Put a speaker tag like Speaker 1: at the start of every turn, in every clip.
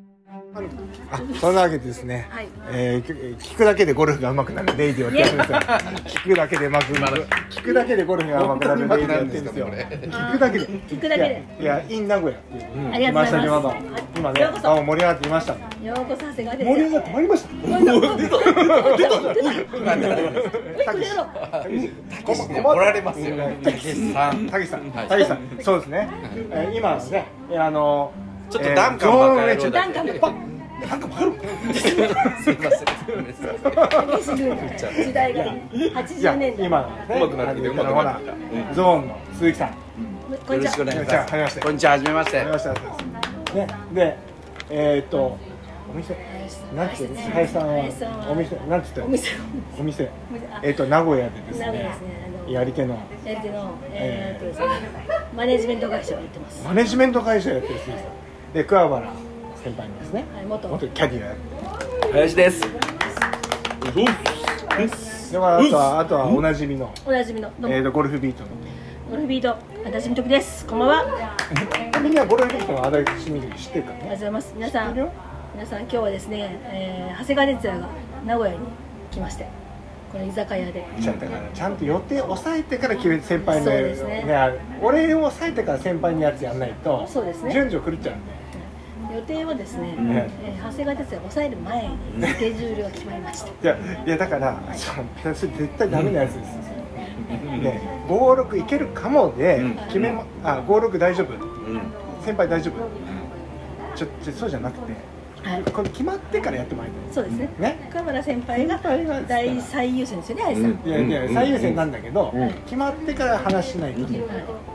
Speaker 1: けで
Speaker 2: あそんなわけでですね、
Speaker 1: はい
Speaker 2: えーき聞くだけでゴルフが上手くなるレイディオってやってるんですよ聞くだけでうまく聞くだけでゴルフが上手くなるレイディオやってるんですよ
Speaker 3: 本当に上手くなるんです
Speaker 2: 聞くだけで
Speaker 1: 聞くだけで
Speaker 2: いやいやイン名古屋っていう、
Speaker 1: ありがとうございます
Speaker 2: 来ましたけど今ね
Speaker 1: ようこそ
Speaker 2: あ盛り上がっていましたね
Speaker 1: ようこそ長谷川です
Speaker 2: 盛り上がってまいりました
Speaker 1: おいこれやろう
Speaker 3: たけしね怒られますよ
Speaker 2: うん
Speaker 3: たけしさん
Speaker 2: たけしさん、
Speaker 3: はい
Speaker 2: たけしさん、そうですね。えー今ですね、えーあのー
Speaker 3: ちょっとダンカンバカ野郎
Speaker 1: ダ
Speaker 3: だ
Speaker 1: ンカンも
Speaker 2: えーゾーンダンカンバカ野郎
Speaker 3: すいませんすいません
Speaker 1: 激しく時代が
Speaker 2: いや
Speaker 1: 80年代
Speaker 2: 今のね、
Speaker 3: うまくなってきた
Speaker 2: あの
Speaker 3: うまくなって
Speaker 2: ほ
Speaker 3: き
Speaker 2: らゾーンの鈴木さん、
Speaker 1: こん
Speaker 3: よ
Speaker 1: に
Speaker 3: ろ
Speaker 1: ち
Speaker 3: しくお
Speaker 1: は
Speaker 3: 願いしますこんにちは、はじめまして
Speaker 2: ありましたありましたね、で、えーっとお店なんて言うの林さん
Speaker 1: 林さん
Speaker 2: は
Speaker 1: は
Speaker 2: お店なんて言った
Speaker 1: お
Speaker 2: の
Speaker 1: 店を
Speaker 2: お店
Speaker 1: あ
Speaker 2: えーっと名古屋でです
Speaker 1: 名古屋
Speaker 2: ね
Speaker 1: ですねあの
Speaker 2: やり手の
Speaker 1: やってのえーっとですねマネジメント会社をやってます
Speaker 2: マネジメント会社やってる鈴木さんで桑原先輩のですね
Speaker 1: はい元
Speaker 2: 元キャディアやって
Speaker 3: 林です
Speaker 2: るでまああとはあとはおなじみの
Speaker 1: おなじみの
Speaker 2: え
Speaker 1: どうも
Speaker 2: ーっとゴルフビートの
Speaker 1: ゴルフビート私みときですこんばんはありが
Speaker 2: みんなゴルフビートの足立みどり知ってるから
Speaker 1: とう
Speaker 2: ね
Speaker 1: ございます皆さ
Speaker 2: 知っ
Speaker 1: ん
Speaker 2: てるよ
Speaker 1: 皆さん今日はですね、えー、長谷川哲也が名古屋に来ましてこの居酒屋で
Speaker 2: ちゃんとちゃんと予定押さえてから決め先輩の
Speaker 1: そう
Speaker 2: ね
Speaker 1: ですね
Speaker 2: あれ俺を押さえてから先輩のやつやんないと
Speaker 1: そうですね
Speaker 2: 順序狂っちゃうんで
Speaker 1: 予定はですね、
Speaker 2: ね
Speaker 1: えー長谷川哲也を抑える前にスケジュールが決まりました
Speaker 2: いやいやだからそのそれ絶対ダメなやつです、ね、56いけるかもで、
Speaker 3: うん
Speaker 2: 決めまあ56大丈夫
Speaker 3: うん
Speaker 2: 先輩大丈夫ちょちょそうじゃなくて
Speaker 1: はい
Speaker 2: これ決まってからやってもらい
Speaker 1: そうですね
Speaker 2: ね
Speaker 1: 岡村先輩が
Speaker 2: 先輩が
Speaker 1: 大最優先ですよね愛さん、
Speaker 3: う
Speaker 1: は
Speaker 3: ん
Speaker 2: たいいやいや最優先なんだけど、
Speaker 3: うん
Speaker 2: 決まってから話しないと、
Speaker 1: い、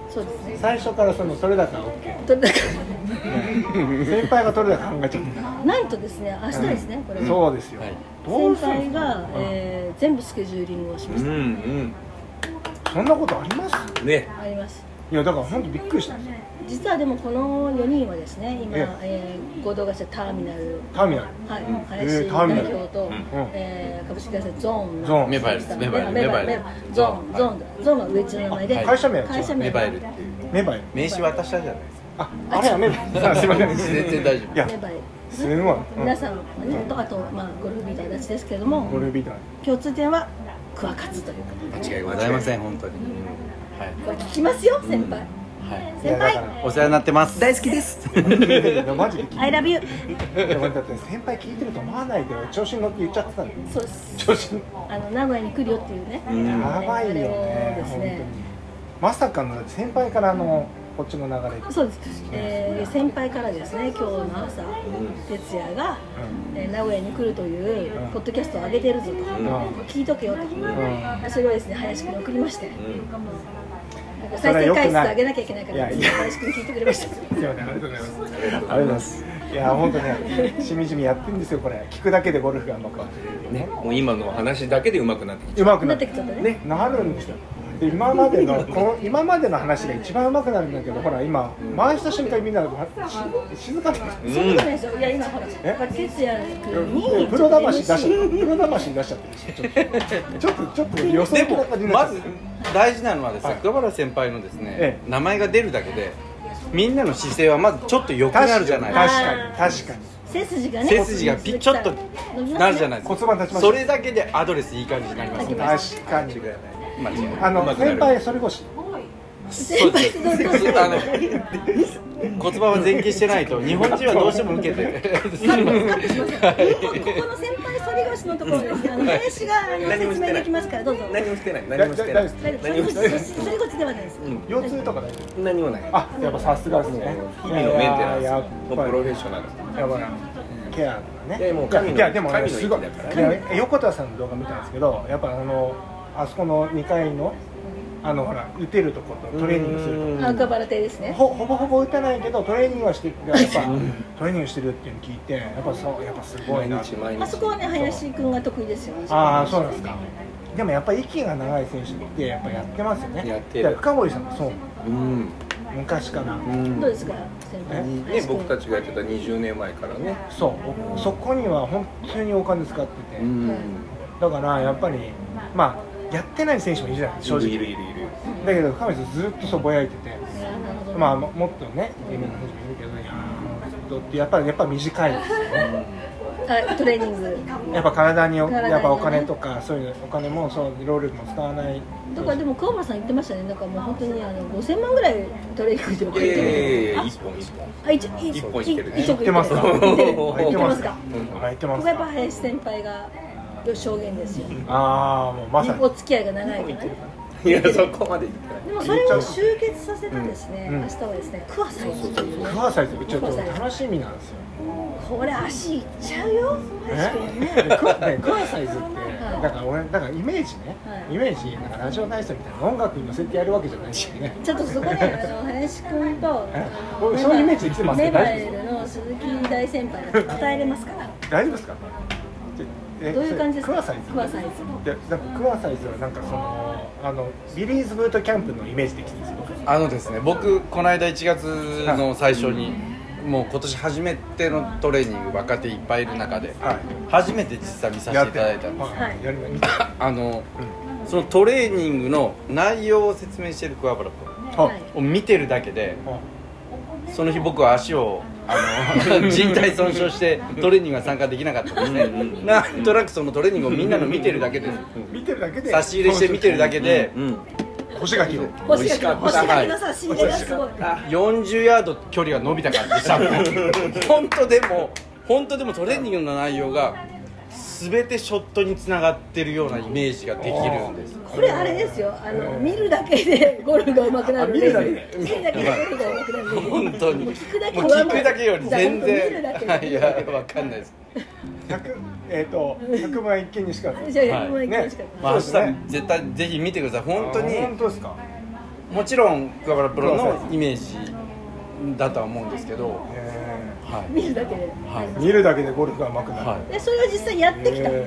Speaker 1: そうですね
Speaker 2: 最初からそのそれだから OK
Speaker 1: とだか
Speaker 2: 先輩が取れだから考えちゃった
Speaker 1: らなんとですね明日ですね、これ
Speaker 2: そうですよ、
Speaker 3: はい
Speaker 2: どうす
Speaker 1: 先
Speaker 2: る
Speaker 1: 輩が、えー全部スケジューリングをしま
Speaker 3: う
Speaker 1: した、
Speaker 3: ん
Speaker 2: そんなことあります
Speaker 3: うんね
Speaker 1: あります
Speaker 2: いやだから本当びっくりしたんですよ
Speaker 1: 実はでもこの4人はですね今、
Speaker 2: え
Speaker 1: えー合同会社ターミナル
Speaker 2: ターミナル
Speaker 1: はい、
Speaker 3: うん
Speaker 1: 林
Speaker 2: えーターミナル
Speaker 1: 代表と、
Speaker 3: うん
Speaker 1: えー株式会社ゾーンの
Speaker 2: ゾーン
Speaker 3: メバイルですメバイル
Speaker 1: メ
Speaker 3: メ
Speaker 1: バ
Speaker 3: バ
Speaker 1: イ
Speaker 3: イ
Speaker 1: ル
Speaker 3: ル
Speaker 1: メバイルゾーンゾーンだゾーンが上地の名前で、
Speaker 3: はい
Speaker 2: 会社名は
Speaker 1: 会社名
Speaker 3: メバイルっていう
Speaker 2: メバイル
Speaker 3: 名刺渡したじゃないですか
Speaker 2: ああれはメバイルすいません
Speaker 3: 全然大丈夫
Speaker 2: いや
Speaker 1: メバイル
Speaker 2: すごい、うん
Speaker 1: 皆さんはね、とあと、まあ、ゴルフビーターたちですけれども、
Speaker 2: ゴルフビートなんで
Speaker 1: 共通点はクワカツということで
Speaker 3: 間違いございません本当にはい
Speaker 1: これ聞きますよ先輩、
Speaker 3: はい
Speaker 2: いや
Speaker 1: 先
Speaker 2: だ
Speaker 1: 輩
Speaker 2: から
Speaker 3: お世話になってます大好きです
Speaker 2: いやマジで聞い
Speaker 1: I
Speaker 2: て
Speaker 1: love you
Speaker 2: いや俺だって先輩聞いてると思わないで調子に乗って言っちゃってたんだよ
Speaker 1: そうです
Speaker 2: 調子に
Speaker 1: あの名古屋に来るよっていうね、
Speaker 3: うん
Speaker 2: やばいよ
Speaker 1: あれ
Speaker 2: ね
Speaker 1: をです
Speaker 2: 本当に
Speaker 1: ね
Speaker 2: まさかのだって先輩からあのこっちの流れ
Speaker 1: そうです、えー、先輩からですね今日の朝哲也が、えー名古屋に来るという
Speaker 2: うん
Speaker 1: ポッドキャストを上げてるぞと、
Speaker 2: ん
Speaker 1: 聞いとけよと、それをですね林くんに送りまして、なんか
Speaker 2: それは
Speaker 1: 再
Speaker 2: 良
Speaker 1: 生
Speaker 2: くない
Speaker 1: 回数上げなきゃいけないか
Speaker 2: い
Speaker 1: ら
Speaker 2: やいや
Speaker 1: 林くんに聞いてくれました
Speaker 2: すいませんありがとうございますありがとうございますいや本当ねしみじみやってるんですよこれ聞くだけでゴルフがうまくなる
Speaker 3: ねもう今の話だけで上手くなってき
Speaker 2: うまくな
Speaker 1: なっ
Speaker 2: って
Speaker 1: て
Speaker 2: る
Speaker 1: きちゃったね
Speaker 3: ね
Speaker 2: なるんですよで今まで のこの今までの話が一番うまくなるんだけどほら今回した瞬間みんなし静かになって
Speaker 1: そういうことないですよいや今ほらやっぱり哲也君に
Speaker 2: プロ魂出しちゃっ
Speaker 1: MC
Speaker 2: たプロ魂出しちゃってるちょっとちょっとちょっと予想
Speaker 3: で
Speaker 2: 的な
Speaker 3: も
Speaker 2: 感じにな
Speaker 3: ま
Speaker 2: っちゃっ
Speaker 3: ず大事なのはです
Speaker 2: は
Speaker 3: ね
Speaker 2: い
Speaker 3: 桑原先輩のですね
Speaker 2: え
Speaker 3: 名前が出るだけでみんなの姿勢はまずちょっと良く
Speaker 2: た
Speaker 3: なるじゃない
Speaker 2: 確
Speaker 3: ですか
Speaker 2: かに確かに
Speaker 1: 背筋がね
Speaker 3: 背筋がピちょっとなるじゃないいです
Speaker 2: 骨盤
Speaker 3: か
Speaker 2: 立ちます
Speaker 3: それだけでアドレスいい感じになりますね
Speaker 2: 確かに
Speaker 3: まあ
Speaker 2: あの先輩それ越し
Speaker 3: そうですあ の骨盤は前傾してないと日本人はどうしても受けて
Speaker 1: ここの先輩反り腰のところですねあの林があの
Speaker 3: 何も
Speaker 1: 説
Speaker 3: してない
Speaker 1: 明できますからどうぞ
Speaker 3: もしてない
Speaker 2: 何もしてない
Speaker 1: 反り
Speaker 3: 何も
Speaker 1: 腰
Speaker 3: してない
Speaker 1: 反り腰ではないです
Speaker 3: うん
Speaker 2: 腰痛とか大丈夫
Speaker 3: 何もない
Speaker 2: あやっぱさすがですね
Speaker 3: 日々のメンテナン
Speaker 2: い
Speaker 3: ス
Speaker 2: ややっ
Speaker 3: のプ
Speaker 2: ぱり
Speaker 3: ロフェッショナル
Speaker 2: やばいなケアとかね
Speaker 3: いやもう神の
Speaker 2: いやでもね
Speaker 3: 神の
Speaker 2: すごい
Speaker 3: 域だから
Speaker 2: いや横田さんの動画見たんですけどやっぱあのあそこの2階のあのほら打てるとことトレーニングするとこ
Speaker 1: あ赤バラ亭ですね
Speaker 2: ほほぼほぼ打たないけどトレーニングはしてるやっぱトレーニングしてるっていうの聞いてやっぱそうやっぱすごい
Speaker 3: 毎
Speaker 2: な
Speaker 3: 日毎日
Speaker 1: あそこはね林くんが得意ですよ
Speaker 2: ああそうなんですかでもやっぱり息が長い選手ってやっぱやってますよね
Speaker 3: やってる
Speaker 2: だから深堀さんもそう
Speaker 3: うん
Speaker 2: 昔から、
Speaker 3: うん
Speaker 1: どうですか先輩
Speaker 3: ね僕たちがやってた20年前からね
Speaker 2: そうそこには本当にお金使ってて、
Speaker 3: うん
Speaker 2: だからやっぱりまあやってない選手もいるじゃない正直
Speaker 3: いるいるいる
Speaker 2: だけど深堀さんずっとそうぼやいてて
Speaker 1: あなるほど
Speaker 2: まあももっとね有名な選手もいるけどいやートってやっぱりやっぱ短いんですよね
Speaker 1: あトレーニ ング
Speaker 2: やっぱ体に
Speaker 1: 体にね
Speaker 2: やっぱお金とかそういうお金もそう労力も使わない
Speaker 1: だからでも川村さん言ってましたねなんかもう本当にあの5000万ぐらいトレーニングでも
Speaker 4: いやいやいやいや
Speaker 1: あ
Speaker 4: 一本一本
Speaker 1: あ一一
Speaker 4: 一本いってるね
Speaker 1: 一
Speaker 2: 言
Speaker 1: 本
Speaker 2: ってますか
Speaker 1: 言ってる
Speaker 4: おー
Speaker 2: 言ってます
Speaker 1: か
Speaker 2: か言って
Speaker 1: こ
Speaker 2: ま
Speaker 1: こ
Speaker 2: す
Speaker 1: がやっぱ
Speaker 2: か
Speaker 1: 林先輩が証言ですよ
Speaker 2: ああもうまさに
Speaker 1: お付き合いが長いからね
Speaker 4: いやそこまでいってない
Speaker 1: でもそれを集結させたですね、
Speaker 2: うん
Speaker 1: 明日はですね桑さんというね
Speaker 2: 桑原さんってちょっと楽しみなんですよ
Speaker 1: これ足いっちゃうよ林くんね
Speaker 2: えクワねクワサイズってだから俺だからイメージね、
Speaker 1: はい
Speaker 2: イメージなんかラジオ体操みたいな音楽に乗せてやるわけじゃないしね
Speaker 1: ちょっとそこね、あの林くんと
Speaker 2: え僕そういうイメージで来てますけ
Speaker 1: ネ
Speaker 2: ど
Speaker 1: バ
Speaker 2: 大丈
Speaker 1: エ
Speaker 2: 夫です
Speaker 1: ルの鈴木大先輩だと伝えれますから
Speaker 2: 大丈夫ですかえ
Speaker 1: どういう感じですか
Speaker 2: クワサイズ
Speaker 1: クワサイズ
Speaker 2: でなんかクワサイズはなんかそのあのビリーズブートキャンプのイメージで来てるんですよ僕
Speaker 3: あのですね僕この間1月の最初にもう今年初めてのトレーニング若手いっぱいいる中で
Speaker 2: はい
Speaker 3: 初めて実際見させていただいたんです
Speaker 1: は
Speaker 2: はいいやりました
Speaker 3: あのそのトレーニングの内容を説明してる桑原君
Speaker 2: は
Speaker 1: はいい
Speaker 3: を見てるだけで
Speaker 2: は
Speaker 3: その日僕は足をあの人体損傷してトレーニングが参加できなかったんですねなんとなくそのトレーニングをみんなの見てるだけで
Speaker 2: 見てるだけで
Speaker 3: 差し入れして見てるだけで
Speaker 4: うん
Speaker 2: 干し柿を
Speaker 1: 星が来た
Speaker 4: 美味
Speaker 1: 星
Speaker 4: しか
Speaker 3: った
Speaker 1: が来たさ信じがすごい
Speaker 3: 40ヤード距離が伸びた感じでした本当でも本当でもトレーニングの内容が全てショットにつながってるようなイメージができるんです
Speaker 1: これあれですよあの見るだけでゴルフが上手くなる
Speaker 2: あ見るだけで
Speaker 1: 見るだけでゴルフが上手くなる
Speaker 3: 本当にもう
Speaker 1: 聞くだけ
Speaker 3: 聞くだけより全
Speaker 1: 見る
Speaker 3: 然
Speaker 1: だけ
Speaker 3: はいいやわかんないです
Speaker 2: 100えっ、と100万一見にしか
Speaker 1: じゃあやる前にしか
Speaker 3: まあ明
Speaker 2: そうです
Speaker 3: 日
Speaker 2: ね
Speaker 3: 絶対ぜひ見てください本当に
Speaker 2: あ本当ですか
Speaker 3: もちろん桑原プロのイメージだとは思うんですけどは
Speaker 2: え
Speaker 3: い
Speaker 1: 見るだけで
Speaker 3: はい
Speaker 2: ー見るだけでゴルフが上手くなる、
Speaker 3: はい
Speaker 1: でそれを実際やってきた
Speaker 2: えーやっ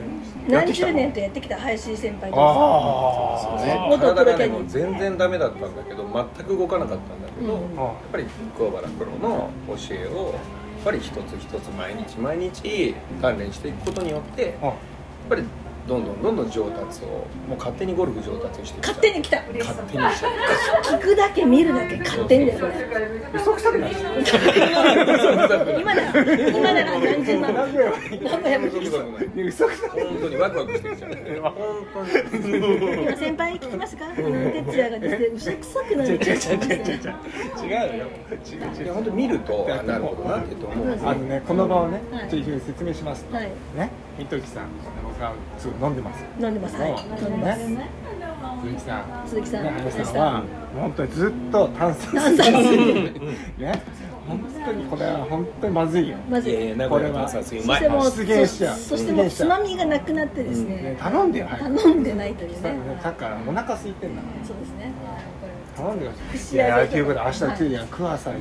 Speaker 1: 何
Speaker 2: てきた
Speaker 1: 十年とやってきた林先輩と
Speaker 2: あ
Speaker 3: そうね
Speaker 1: 元プロ
Speaker 4: 体
Speaker 1: テ
Speaker 4: がね
Speaker 1: ニ
Speaker 4: もう
Speaker 1: ス
Speaker 4: 全然ダメだったんだけど全く動かなかったんだけど、
Speaker 1: うん
Speaker 4: やっ
Speaker 2: あは
Speaker 4: ぱり桑原プロの教えをやっぱり一つ一つ毎日毎日鍛錬していくことによってやっ
Speaker 2: いはい
Speaker 4: ぱりどんどんどんどん上達をもう勝手にゴルフ上達してきちゃう
Speaker 1: 勝手に来た
Speaker 4: 勝手にしちゃう
Speaker 1: 聞くだけ見るだけ勝手にだよこれ
Speaker 2: 嘘くさくないですか
Speaker 1: 今なら今なら何十万
Speaker 2: 何秒い
Speaker 1: 何もやめて
Speaker 4: 嘘くない
Speaker 2: や嘘くさくない
Speaker 4: 本当にワクワクしてきちゃう本当に
Speaker 1: 今先輩聞きましたかあの哲也がですね嘘くさくなる
Speaker 2: 違うよ違う
Speaker 4: い
Speaker 2: 違
Speaker 4: や
Speaker 2: う
Speaker 4: 本当見るとあなるほどなってと思う
Speaker 2: あのねこの場をね
Speaker 1: はい
Speaker 2: ちょっと一応説明しますと
Speaker 1: はい
Speaker 2: ねみときさん僕はすぐ飲んでます
Speaker 1: 飲んでますはい飲んでます
Speaker 2: ね鈴木さん
Speaker 1: 鈴木さん
Speaker 2: ね林さんはもう本当にずっと炭酸
Speaker 1: 炭酸水
Speaker 2: ね本当にこれは本当にまずいよ
Speaker 1: まず
Speaker 4: いやいや名古屋のさすがうまい
Speaker 1: もう
Speaker 2: 出現しちゃう
Speaker 1: そしてもう
Speaker 2: 出現しち
Speaker 1: つ
Speaker 2: ゃう
Speaker 1: まみがなくなってです
Speaker 2: ね
Speaker 1: ね
Speaker 2: 頼んでよ早く
Speaker 1: 頼んでないという
Speaker 2: さ
Speaker 1: ね
Speaker 2: ねさっきからお腹空いてんだから
Speaker 1: そうですねはいこれ
Speaker 2: 頼んでよ
Speaker 1: 串
Speaker 2: い
Speaker 1: 揚げとか
Speaker 2: やということで明日ついにはクワサイ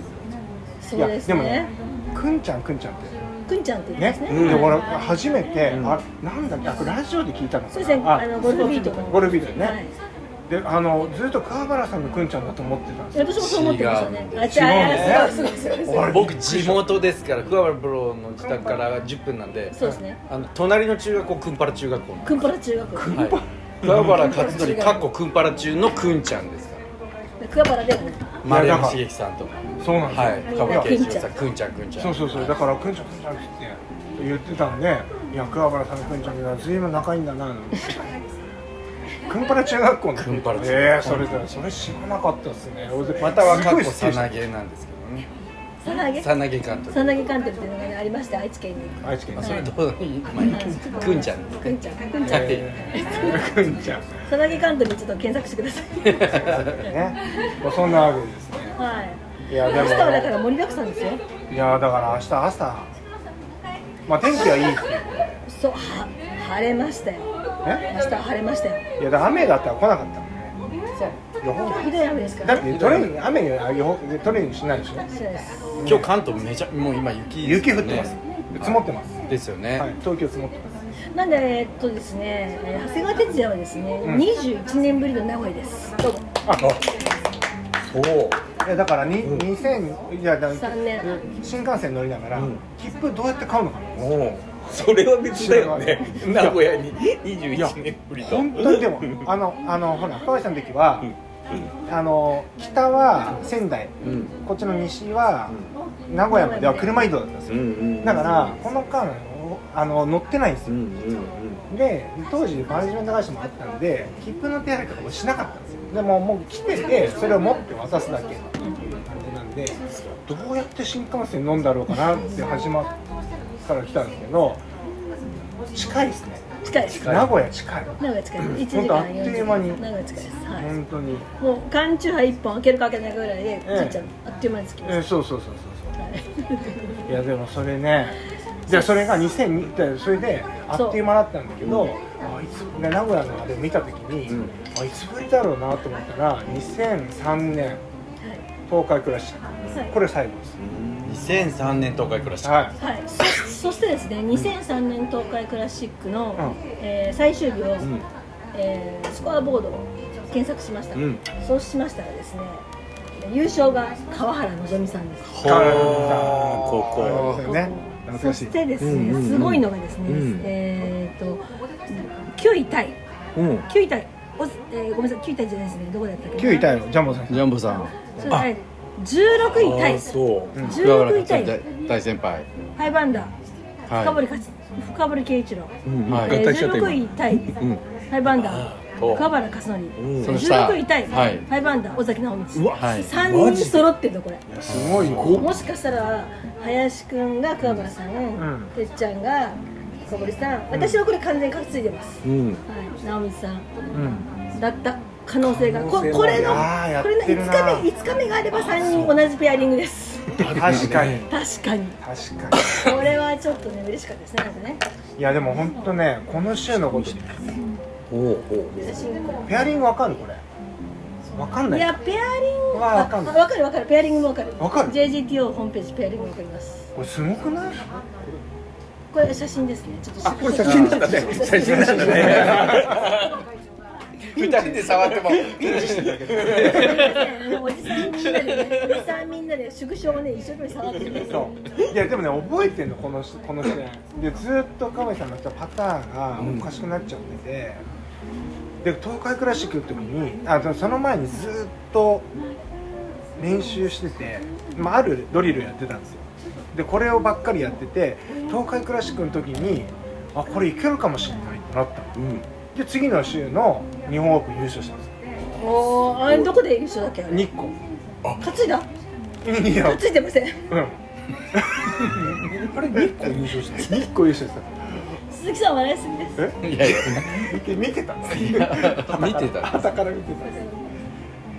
Speaker 2: ズ
Speaker 1: そ
Speaker 2: いうや
Speaker 1: です
Speaker 2: でもね
Speaker 1: ね
Speaker 2: くんちゃんくんちゃんって
Speaker 1: くんちゃんって言うん
Speaker 2: ね
Speaker 1: ですね
Speaker 2: で
Speaker 1: は
Speaker 2: 俺
Speaker 1: い
Speaker 2: 初めて、あなんだっけあこれラジオで聞いたの
Speaker 1: そ
Speaker 2: か
Speaker 1: う
Speaker 2: な
Speaker 1: ですねあのゴルフビートの
Speaker 2: ゴルフビートね、
Speaker 1: はい
Speaker 2: であのずっと川原さんのくんちゃんだと思ってたんですよ
Speaker 1: 私もそう思ってましたね
Speaker 3: 違う
Speaker 1: あじゃあ
Speaker 2: 違
Speaker 1: すごいすごいすごい
Speaker 2: あれ
Speaker 3: 僕地元ですから桑原プロの自宅から10分なんで
Speaker 1: そうですね
Speaker 3: あの隣の中学校くんぱら中学校
Speaker 1: くんぱら中学
Speaker 3: の、はい、桑原勝則かっこくんぱら中のくんちゃんですから
Speaker 1: 桑原ではない
Speaker 3: 丸山茂樹さんとか
Speaker 2: そうなんですよ、
Speaker 3: はい歌舞伎
Speaker 1: くん
Speaker 3: 健
Speaker 1: ちゃん
Speaker 3: 一郎さんくんちゃんくんちゃん
Speaker 2: そうそうそうだからくんちゃんくんちゃんって言って言ってたんでいや桑原さんのくんちゃんがずいぶん仲いいんだななんてくんぱら中学校の
Speaker 3: くんぱら中学校
Speaker 2: ええそれだそれ知らなかったですね
Speaker 3: またはかっ
Speaker 2: す
Speaker 3: こ
Speaker 2: ご
Speaker 3: さ
Speaker 2: い失
Speaker 3: な
Speaker 2: 礼
Speaker 3: げなんですけどね
Speaker 1: さなげ
Speaker 3: さなげ監督
Speaker 1: さなげカンテルっていうのがねありまして愛知県に
Speaker 2: した愛知県
Speaker 3: まあ
Speaker 2: の
Speaker 3: それどういいまあいいですくんちゃんです
Speaker 1: くんちゃんくんちゃん
Speaker 2: えーくんちゃん
Speaker 1: さなげカンテルちょっと検索してください
Speaker 2: ねまあそんなわけですね
Speaker 1: はい
Speaker 2: いやで
Speaker 1: 明
Speaker 2: も
Speaker 1: 日はだから盛りだくさんですよ
Speaker 2: いやだから明日朝まあ天気はいいっていう
Speaker 1: そうは晴れましたよ
Speaker 2: ね
Speaker 1: 明日は晴れましたよ
Speaker 2: いやだから雨だったら来なかったもんね
Speaker 1: そう
Speaker 2: 予報
Speaker 1: 今日ひどい雨ですか
Speaker 2: だ
Speaker 1: ら
Speaker 2: っ
Speaker 1: ね
Speaker 2: てトレーニング雨には予報トレーニングしないでしょ
Speaker 1: そうです
Speaker 3: 今日関東めちゃもう今雪です
Speaker 2: 雪
Speaker 3: よ
Speaker 2: 降
Speaker 3: ね
Speaker 2: ってます積もってます
Speaker 3: ですよね、
Speaker 2: はい東京積もってます
Speaker 1: なんでえっとですねえー長谷川哲也はですね
Speaker 2: うん
Speaker 1: 21年ぶりの名古屋ですどうも
Speaker 4: そう
Speaker 2: いやだからに2000いやだから
Speaker 1: 3年
Speaker 2: 新幹線乗りながら切符どうやって買うのかな
Speaker 4: もうそれは別だよね名古屋に21年ぶりと
Speaker 2: 本当にでもあのあのほら川内さんの時はあの北は仙台
Speaker 4: うん
Speaker 2: こっちの西は名古屋までは車移動だったんです
Speaker 4: うん
Speaker 2: よ
Speaker 4: うん
Speaker 2: だからこの間あの乗ってないんです
Speaker 4: うん
Speaker 2: よ
Speaker 4: うん
Speaker 2: で当時マネジメント会社もあったんで切符の手配とかもしなかったんですよでももう来ててそれを持って渡すだけっていう感じなんでどうやって新幹線飲んだろうかなって始まったら来たんですけど近いですね
Speaker 1: 近いです
Speaker 4: 近い
Speaker 2: 名古屋近い
Speaker 1: 名古屋近い1時
Speaker 2: ほんと
Speaker 1: 間
Speaker 2: あっと
Speaker 1: 40
Speaker 2: いう間に
Speaker 1: 分名古屋近いですはい
Speaker 2: 本当に
Speaker 1: もう缶チューハイ1本開けるか開けないかぐらいで、
Speaker 2: ええ
Speaker 1: ついちゃうあっという間に着きま
Speaker 2: え
Speaker 1: す、
Speaker 2: そうそうそうそうそ
Speaker 1: はいう
Speaker 2: いやでもそれねじゃあそれが2002でそれであっという間だったんだけどあいつで名古屋のあれ見た時に、
Speaker 4: うん
Speaker 2: あいつぶりだろうなと思ったら2003年東海クラシッ
Speaker 1: はい、
Speaker 2: クこれ最後です
Speaker 3: 2003年東海暮らし、
Speaker 2: はい
Speaker 1: はい、そそ してですね2003年東海クラシックの、
Speaker 2: うん
Speaker 1: えー最終日を、
Speaker 4: ん
Speaker 1: えースコアボードを検索しました、
Speaker 4: うん
Speaker 1: そうしましたらですね優勝が川原希美さんです
Speaker 3: ほ
Speaker 2: はい
Speaker 3: ここ
Speaker 2: そうね懐
Speaker 1: そ
Speaker 2: かし
Speaker 1: し
Speaker 2: い
Speaker 1: てですね、
Speaker 4: うんうんうん
Speaker 1: すごいのがですね、
Speaker 4: うん
Speaker 1: えっ、と9位タイ
Speaker 4: うんうん
Speaker 1: 9位タイお、えーごめんなさい9位タイじゃないですねどこだったっけ
Speaker 2: 9位タイのジャンボさん
Speaker 3: ジャンボさん
Speaker 1: それはい16位タイ
Speaker 3: あそう
Speaker 2: うん
Speaker 3: 桑原
Speaker 1: 16位タ
Speaker 3: 勝
Speaker 1: イ
Speaker 3: 大大先輩
Speaker 1: 5アンダー
Speaker 3: はい
Speaker 1: 深堀勝深堀圭一郎
Speaker 4: うん
Speaker 3: はい
Speaker 1: え
Speaker 4: 合体しちゃ
Speaker 1: ー
Speaker 4: った今
Speaker 1: 16位タイ
Speaker 4: ん
Speaker 1: 5アンダ
Speaker 3: お
Speaker 1: ー深原勝則
Speaker 4: ん
Speaker 3: その下
Speaker 1: 16位タイ
Speaker 3: はい
Speaker 1: 5アンダー尾崎直
Speaker 3: う
Speaker 1: 道
Speaker 3: わはい
Speaker 1: 3人揃ってるのこれ
Speaker 2: すごいよ
Speaker 1: もしかしたら林くんが桑原さん
Speaker 2: ん
Speaker 1: てっちゃんが深堀さん私はこれ完全に担いでます
Speaker 4: うん
Speaker 1: はい直道さん
Speaker 2: うん
Speaker 1: だった可能性がこ
Speaker 4: 可能性も
Speaker 1: これの
Speaker 2: あーやっ
Speaker 1: こ
Speaker 2: て
Speaker 1: れの
Speaker 2: るな
Speaker 1: 5日目5日目があれば3人同じペアリングです
Speaker 2: 確かに確かに
Speaker 1: 確かにこれはちょっとね嬉しかったですねなんかね
Speaker 2: いやでも本当ねこの週のこと
Speaker 4: おうおう
Speaker 1: 写真こ
Speaker 2: ペアリングわかるこれわかん
Speaker 1: う
Speaker 2: ないい
Speaker 1: やペアリング
Speaker 2: わ
Speaker 1: あ
Speaker 2: わかんない
Speaker 1: わかるわかるペアリングもわかる
Speaker 2: わかる
Speaker 1: JGTO ホームページペアリングわかります
Speaker 2: これすごくない
Speaker 1: これ写真ですねちょっと
Speaker 4: あこれ写真なんだね写真なんだね
Speaker 3: 二人で触っても
Speaker 1: もうおじさんみんなでねおじさんみんなで縮小をね一生懸命触ってるんですよ
Speaker 2: そういやでもね覚えてんのこのしこの試合でずーっと亀井さんのやったパターンがおかしくなっちゃってて、で東海クラシックの時にあでもその前にずーっと練習してて、まあ、あるドリルやってたんですよでこれをばっかりやってて東海クラシックの時にあこれいけるかもしれないってなったの
Speaker 4: うん
Speaker 2: で次の週の日本オープン優勝したんですよ
Speaker 1: おーあれどこで優勝だっけ
Speaker 2: 日光
Speaker 1: 担いだ
Speaker 2: いや
Speaker 1: 担いでません
Speaker 2: うん
Speaker 4: あれ日光優勝した
Speaker 2: 日光優勝した
Speaker 1: 鈴木さん笑いすぎです
Speaker 3: いやいや
Speaker 2: 見て見てたんです
Speaker 3: 見てた
Speaker 2: 朝から見て